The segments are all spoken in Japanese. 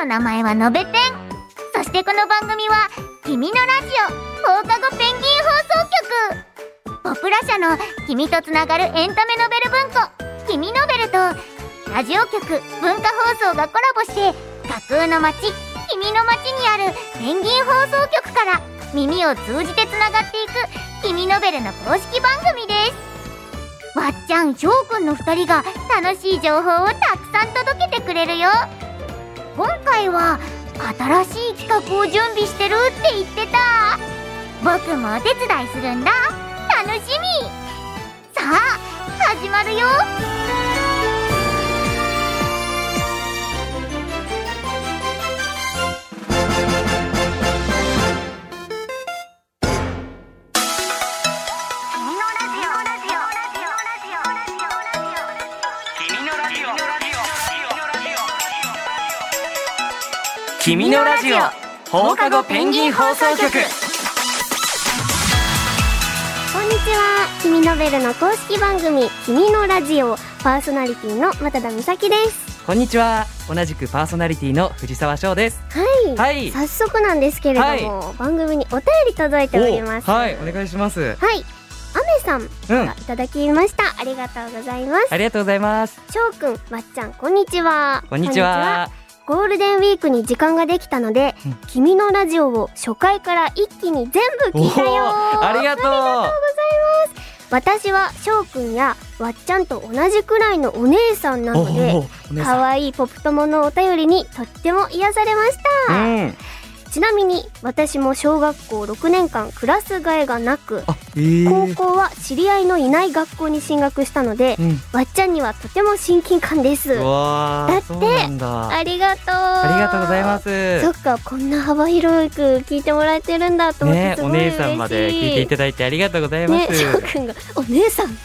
の名前はのべペンそしてこの番組は「君のラジオ放課後ペンギン放送局」ポプラ社の「君とつながるエンタメノベル文庫」「君ノベル」とラジオ局文化放送がコラボして架空の街「君の街」にあるペンギン放送局から耳を通じてつながっていく「君ノベル」の公式番組です。わっちゃん、しょうくんの2人が楽しい情報をたくさん届けてくれるよ今回は新しい企画を準備してるって言ってた僕もお手伝いするんだ楽しみさあ始まるよ君のラジオ君のラジオ放課後ペンギン放送局こんにちは君ノベルの公式番組君のラジオパーソナリティの渡田美咲ですこんにちは同じくパーソナリティの藤沢翔ですはい、はい早速なんですけれども、は番組にお便り届いておりますははいお願いしますい、あめさんうんがいただきました、ありがとうございますありがとうございますしょうくんわっちゃんこんにちはこんにちはこんにちはゴールデンウィークに時間ができたので、うん君のラジオを初回から一気に全部聞いたよーありがとう私はしょうくんやわっちゃんと同じくらいのお姉さんなのでお姉可愛いポップ友のお便りにとっても癒されましうた、んちなみに私も小学校6年間クラス替えがなくあえ高ー校は知り合いのいない学校に進学したのでうんわっちゃんにはとても親近感ですうわだーってそうなんだあありがとうありがとうございますそっすかこんな幅広く聞いてもらえてるんだと思ってねすおごい嬉姉しい、さんまで聞いていただいてありがとうございまね すしょうくんが「お姉さん」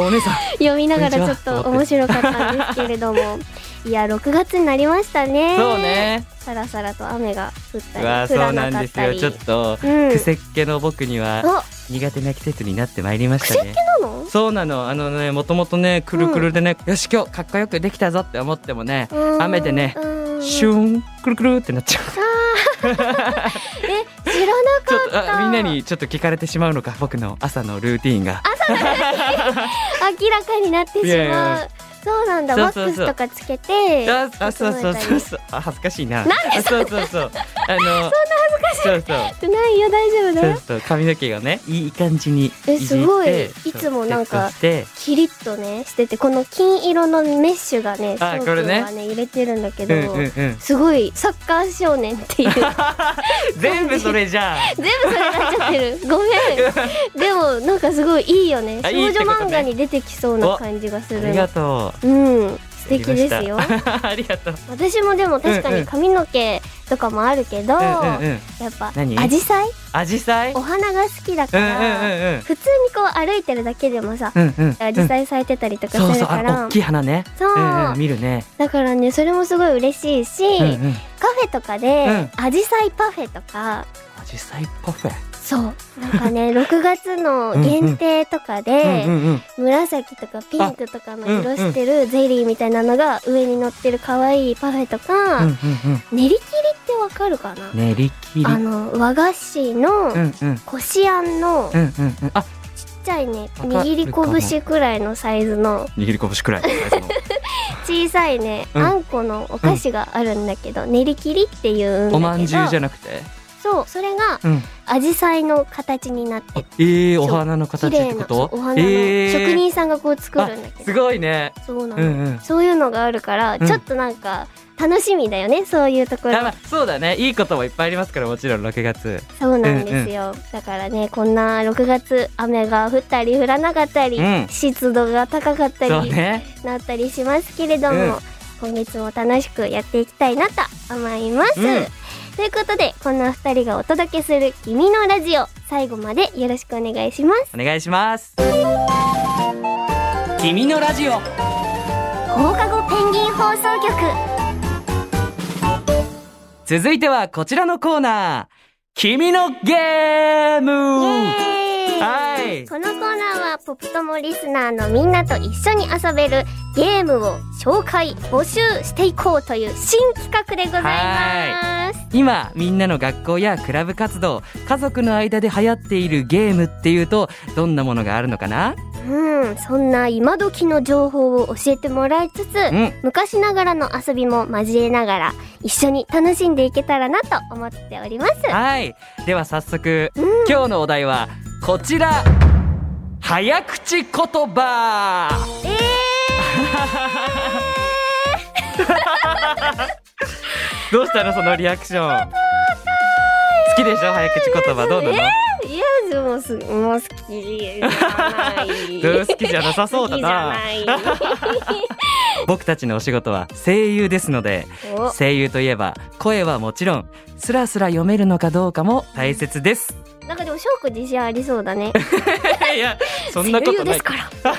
おお姉さん読みながらちょっこんにちとは面白かったんですけれどもいや6月になりましたねそうねさらさらと雨が降っうわたり降ーそらうななんかでっすたよりちょっとうん癖っ気の僕にはあ苦手な季節になってまいりましたねなのそうなのあのねもともとねくるくるでね、よし今日かっこよくできたぞって思ってもね、雨でねシュンーンくるくるってなっちゃうえ知らなかちょっったとあみんなにちょっと聞かれてしまうのか僕の朝のルーティーンが明らかになってしまういやいやそうなんだそワうッそうクそうスとかつけてああそうそうそうそうあ恥ずかしいななんでそうそうそうあのそんな恥ずかしいそうそうないよ大丈夫だそうよそう髪の毛がねいい感じにいじえってすごいそういつもなんかセットしてキリッとねしててこの金色のメッシュがねあショウこれ君ねはね入れてるんだけうど、んうんうんすごいサッカー少年っ ていう全部全部それじ ゃあそれになっちゃってるご めんでもなんかすごいいいよねあ少いいっ女てこと漫ね画に出てきそうな感じがすあるりがとううん素敵ですよ ありがとう私もでも確かうんうにん髪の毛とかもあるけど、うんうんうんやっぱ何アジサイ紫陽お花花が好きだから、うん普通にこう歩いてるだけでもさ、うんうんうんアジサイ咲いてたりとかそうすそるうかあれら、大きい花ねそううんうん見るねだからねそれもすごい嬉しいし、うんうんカフェとかでうアジサイパフェとか紫陽花パフェそうなんかね 6月の限定とかでうんうんうん紫とかピンクとかの色してるゼリーみたいなのが上に乗ってる可愛いパフェとか、うんうん練り切りってわかるかな、うんねりきりあの和菓子のうんうんこしあんのうんうんうんあちっちゃいねわか握るかもり拳くらいのサイズの握り拳 くらい小さいね、うんあんこのお菓子があるんだけど、練り切りっていうんだけどおまんじゅうじゃなくてそうそれがうんアジサイの形になってあえーお花の形綺っ麗てなこそとうお花の職人さんがこう作るんだけあど、すごいねそうなうの、んうんそういうのがあるから、うんちょっとなんか楽しみだよねそういうところあまあそうだねいいこともいっぱいありますからもちろん6月そうなんですよ、だからねこんな6月雨が降ったり降らなかったり、うん湿度が高かったそうり、ねなったりしますけれども、うん今月も楽しくやっていきたいなと思います、うんということでこんな2人がお届けする「君のラジオ」最後までよろしくお願いしますお願いします君のラジオ放課後ペンギン放送局続いてはこちらのコーナー君のゲームイエーイはいこのコーナーはポップともリスナーのみんなと一緒に遊べるゲームを紹介募集していこうという新企画でございます今みんなの学校やクラブ活動家族の間で流行っているゲームっていうとどんなものがあるのかなうんそんな今時の情報を教えてもらいつつ、ん昔ながらの遊びも交えながら一緒に楽しんでいけたらなと思っておりますはいでは早速、今日のお題はこちら早口言葉え どうしたのそのリアクション好きでしょ早口言葉どうなの、ー、いやでもすもう好きじゃないうん好きじゃなさそ うだな好きじゃない僕たちのお仕事は声優ですのでお声優といえば声はもちろんスラスラ読めるのかどうかも大切です なんかでもショック自信ありそうだね。いやそんなこと声優でないすから。みたいな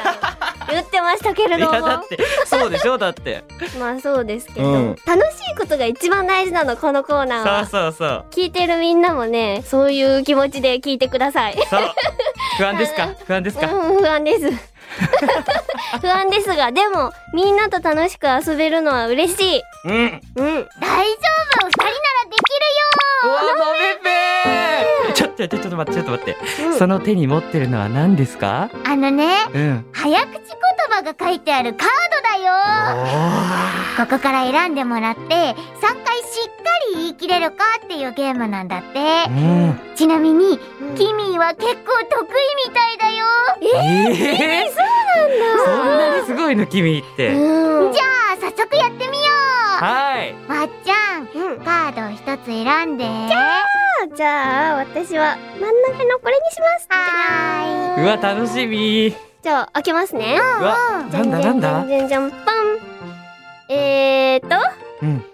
言ってましたけれいどもや、だってそうでしょだってまあそうですけど、うん楽しいことが一番大事なのこのコーナーそはう。そうそう聞いてるみんなもね、そういう気持ちで聞いてください。そう不安です か不安ですかうん、不安 です。不安ですが、でもみんなと楽しく遊べるのは嬉しい。うんうん。大丈夫二人ならできうわのべべちょっと待ってちょっと待ってちょっと待って、その手に持ってるのは何ですかるよあのねうん早口言葉が書いてあるカードだよおーここから選んでもらって3回しっかり言い切れるかっていうゲームなんだってうんちなみにうんキミーは結構得意みたいだよええそうなんだそんなにすごいの君って、うん。じゃあ早速やってみよはい、うわっちゃんうんカードを一つ選んであじゃあ私は真ん中のこれにします。はうわ楽しみじゃあ開けますね。うわなんだなんだじゃんじゃんじゃんじゃんパン。えーと、うん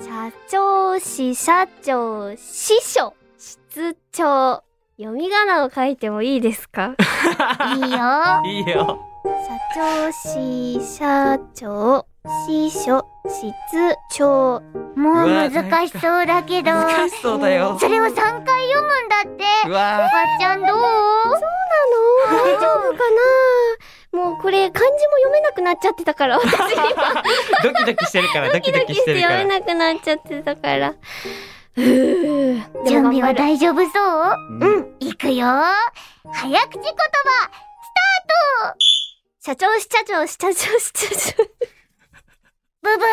社長、支社長、司書、室長。読み仮名を書いてもいいですか社いいいよいいよ長、支社長、司書、室長。もううわ難しそうだけど難しそうだよそれを3回読むんだってうわわっちゃんどうあのー、大丈夫かなもうこれ漢字も読めなくなっちゃってたから、私今。ドキドキしてるからドキドキししててるか読めらなくなっちゃってたから。うー準備はでも 頑張る大丈夫そううんいくよ早口言葉社長、支社長、支社長、支社長。ブブ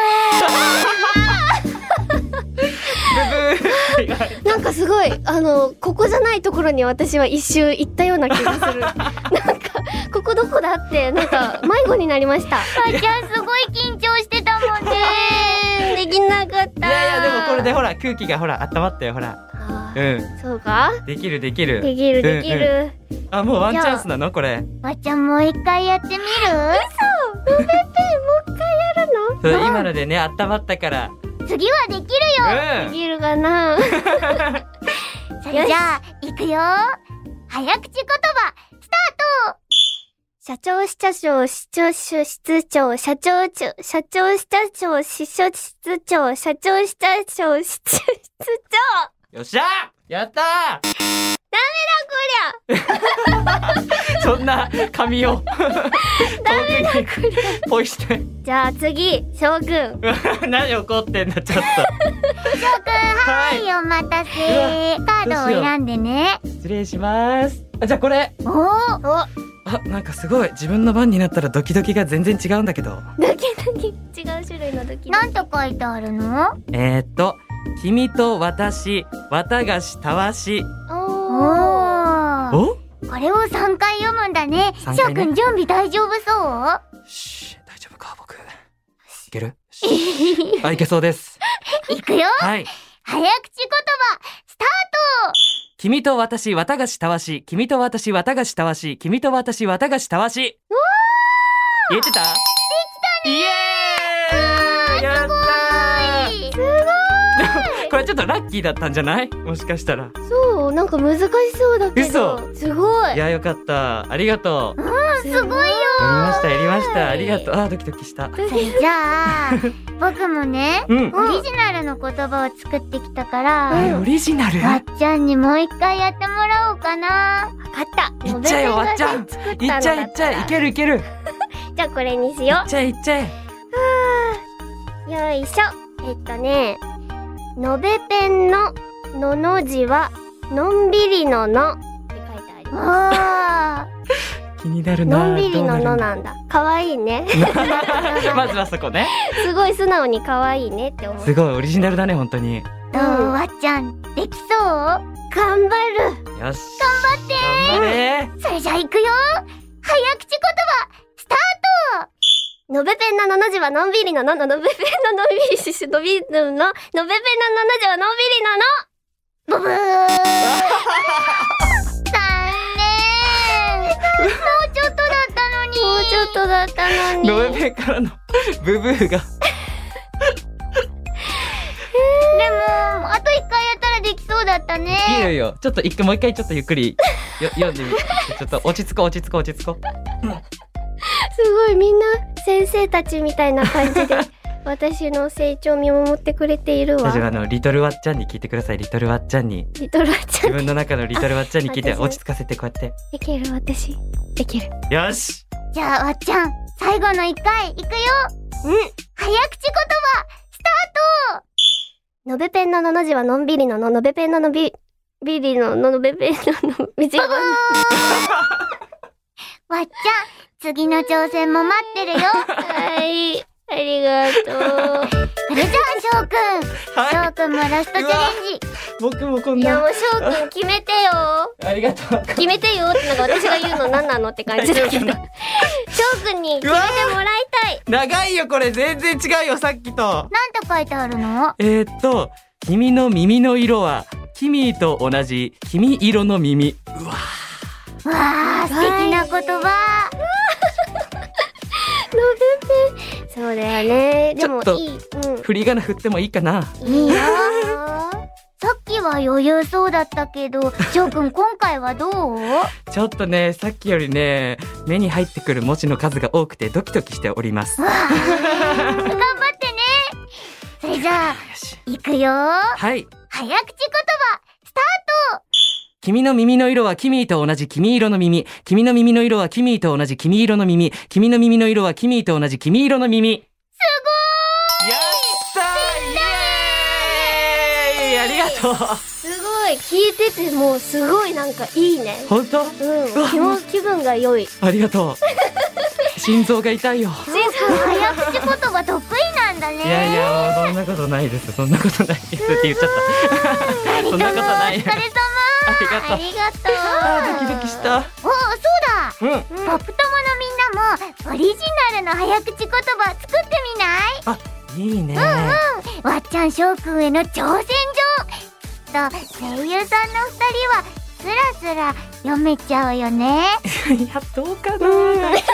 ーブブーなんかすごい、あの、ここじゃないところに私は一周行ったような気がする。なんか、ここどこだ って、なんか、迷子になりました。かちゃんすごい緊張してたもんね できなかった。いやいやでもこれでほら空気がほら温まったよほらあー。うんそうかできるできるできる、できうんうんる。あもうワンチャンスなのこれわっちゃんもう一回やってみるそう、ペペ、もう一回やるのそう今のでね温まったから次はできるよでうきるかなそれじゃあいくよ早口言葉社長、支社長、支長、室長、社長、長社長、支社長、支所、室長、社長、支社長、室室長。んよっしゃやったこー そんな髪 をダメだこれポイしてりゃじゃあ次、翔くん。 何怒ってんだちょジョーくんっとははいお待たせカードを選んでね失礼しますあじゃあこれおーお、あなんかすごい自分の番になったらドキドキが全然違うんだけどドキドキ。違う種類のドキドキ。なんと書いてあるのえー、っと君と私綿菓子たわしおおー。ーこおれを3回読むんだね三ジョ回ーねくん準備大丈夫そうし大丈夫か僕いける あいけそうですいくよはい早口言葉スター君と私、綿菓子たわし。君と私、綿菓子たわし。君と私、綿菓子たわし。言えてたできたねイエーイやったトーこれちょっとラッキーだったんじゃないもしかしたら。そう、なんか難しそうだけど。嘘すごい。いや、よかった。ありがとう。やすごいよりました、やりました。ありがとう。あー、ドキドキした。それじゃあ 僕もねうん。オリジナルの言葉を作ってきたから、あれ、オリジナルわっちゃんにもう一回やってもらおうかなわかった。いっちゃえよ、わっちゃん。いっちゃえ、いっちゃえ。いけるいける。じじゃあこれにしよいっちゃえいっちゃえう。よいしょ。えっとね、のべペンののの字は、のんびりののって書いてありおまー気になるす。なのんびりののどうなるんだ。かわいいね。 まずはそこねすごい素直にかわいいねって思う。すごいオリジナルだね本当にどうわちゃんできそう頑張るよし頑張ってそれじゃあ行くよ早口言葉スターのべペンののの字はのんびりののののべペンののんびりししのびのののべペンののの字はのんトびりののブブー残念もうちょっとだったのにもうちょっとだったのにノベペンからのブブーでもがあと一回やったらできそうだったねいいよいいよちょっと一回もう一回ちょっとゆっくりよ読んでみてちょっと落ち着こう落ち着こう落ち着こうすごいみんな先生たちみたいな感 じで私の成長を見守ってくれている大わ丈夫あのリトルワッちゃんに聞いてくださいリトルワッちゃんにリトラちゃ自ん分の中のリトルワッちゃんに聞いて私落ち着かせてこうやっできる私できるてよしじゃあわっちゃん最後の一回行くようん早口言葉のべペンののの字はのんびりのののべペンののびびりのののべペンののみじわっちゃん次の挑戦も待って るよはいありがとうそれじゃあ翔くんは翔くんもラストチャレンジい僕もこんいやなもうしょうくん決めてよありがとう決めてよってなんか私が言うの何なのって感じだけどしょうくんに決めてもらいたい長いよこれ全然違うよさっきとなんて書いてあるのえー、っと君の耳の色はキミーと同じ君色の耳わあ素敵な言葉そうだよねでもちょっといいうん振り仮名振ってもいいかないいよさっきは余裕そうだったけど翔くん今回はどうちょっとねさっきよりね目に入ってくる文字の数が多くてドキドキしておりますよ頑張ってねそれじゃあし行くよはい早口言葉君の耳の色はキミーと同じ君色の耳君の耳の色はキミーと同じ君色の耳君の耳の色はキミーと同じ君色の耳すごーいやったーイエーイありがとうすごい聞いててもうすごいなんかいいね本当うん気も気分が良いありがとう。心臓が痛いよ。ジェ早口言葉得意なんだねいやいや、もうそんなことないです。そんなことないですって言っちゃった。そんなことない。ありお疲れ様があとう。りがとうあー、ドキドキした。おおそううん。だポップ友のみんなもオリジナルの早口言葉作ってみないあ、いいね。わっちゃん翔くんへの挑戦状きっと声優さんの二人はスラスラ読めちゃうよねいや、どうかな。大丈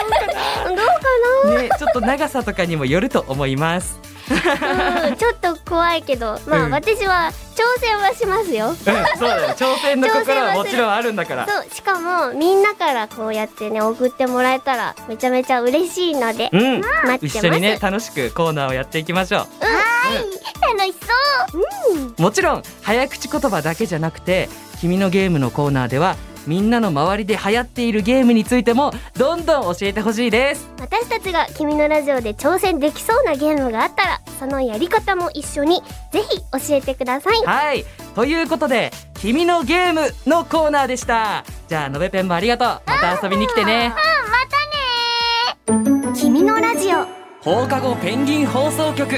どう夫かなね、ちょっと長さとかにもよると思います。かな、うん、ちょっと怖いけどまあ、うん私は挑戦はしますようん、そうだよ。挑戦の心はもちろんあるんだから。そうしかもみんなからこうやってね送ってもらえたらめちゃめちゃ嬉しいのでうん。待って一ます緒にね、楽しくコーナーをやっていきましょう。楽しそうもちろん早口言葉だけじゃなくて「君のゲーム」のコーナーではみんなの周りで流行っているゲームについてもどんどん教えてほしいです私たちが君のラジオで挑戦できそうなゲームがあったらそのやり方も一緒にぜひ教えてくださいはいということで「君のゲーム」のコーナーでしたじゃあのべペンもありがとうまた遊びに来てね君のラジオ放課後ペンギン放送局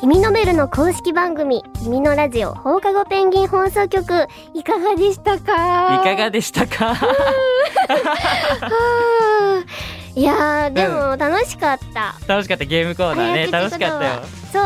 君のベルの公式番組君のラジオ放課後ペンギン放送局いかがでしたいかかがでした かはあいやーでも楽しかった、楽しかったゲームコーナーね早楽口し言葉かったよ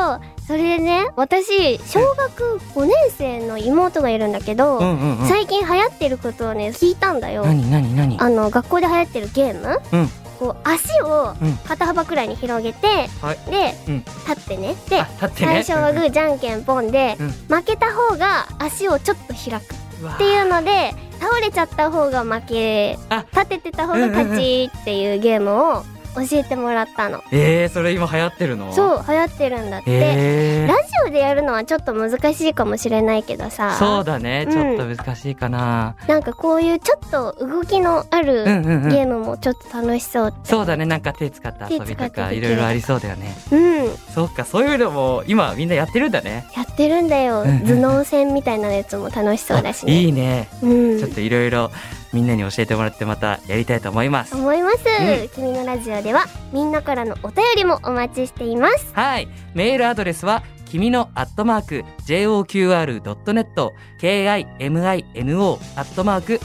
そうそれでね私小学5年生の妹がいるんだけど、うんうんうん最近流行ってることをね聞いたんだよ何何何あの学校で流行ってるゲーム、うんこう足をうん肩幅くらいに広げて、はいで、うん立ってねであ立って最ね初はグーじゃんけんポンで、うん負けた方が足をちょっと開くっうわていうので倒れちゃった方が負けあ立ててた方が勝ちっていうゲームを教えてもらったのえー、それ今流行ってるのう。そう流行ってるんだって、えラジオでやるのはちょっと難しいかもしれないけどー、そさうだね。うんちょっと難しいかな。なんかこういうちょっと動きのあうるんうんうゲーん。ムもちょっと楽しそうってそうだね。なんか手使った遊び手使とってでか、きるいろいろありそうだよね。うんやそうか、そういうのも今みんなやってるんだね。ってるんだようんうん頭脳戦みたいなやつも楽しそうだしあねいいね。うんちょっといろいろみんなに教えてもらってまたやりたいと思います。思います、う君のラジオではみんなからのお便りもお待ちしていますはい。メールアドレスは、君のアットマーク、joqr.net、k-i-m-i-n-o、アットマーク、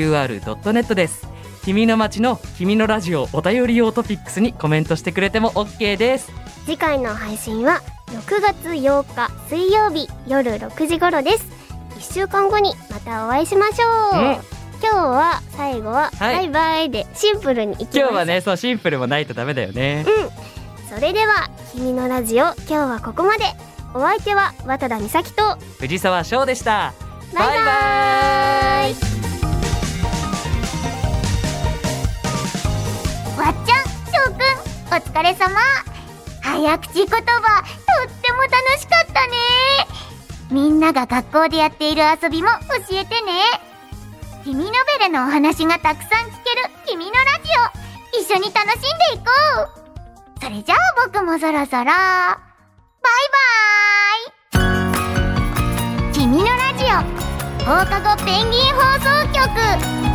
joqr.net です。君の街の君のラジオお便り用トピックスにコメントしてくれても OK です。次回の配信は6月8日水曜日夜6時頃です1週間後にまたお会いしましょう、うん今日は最後は「はバいイバイ」でシンプルにいきます今日はね、そう、シンプルもないとダメだよね。それでは「君のラジオ」今日はここまでお相手は渡田美咲と藤沢翔でした。バイバイバイバイわっちゃん翔くんお疲れ様早口言葉とっても楽しかったねみんなが学校でやっている遊びも教えてね君のベレのお話がたくさん聞ける君のラジオ一緒に楽しんでいこうそれじゃあ僕もそろそろバイバーイ君のラジオ放課後ペンギン放送局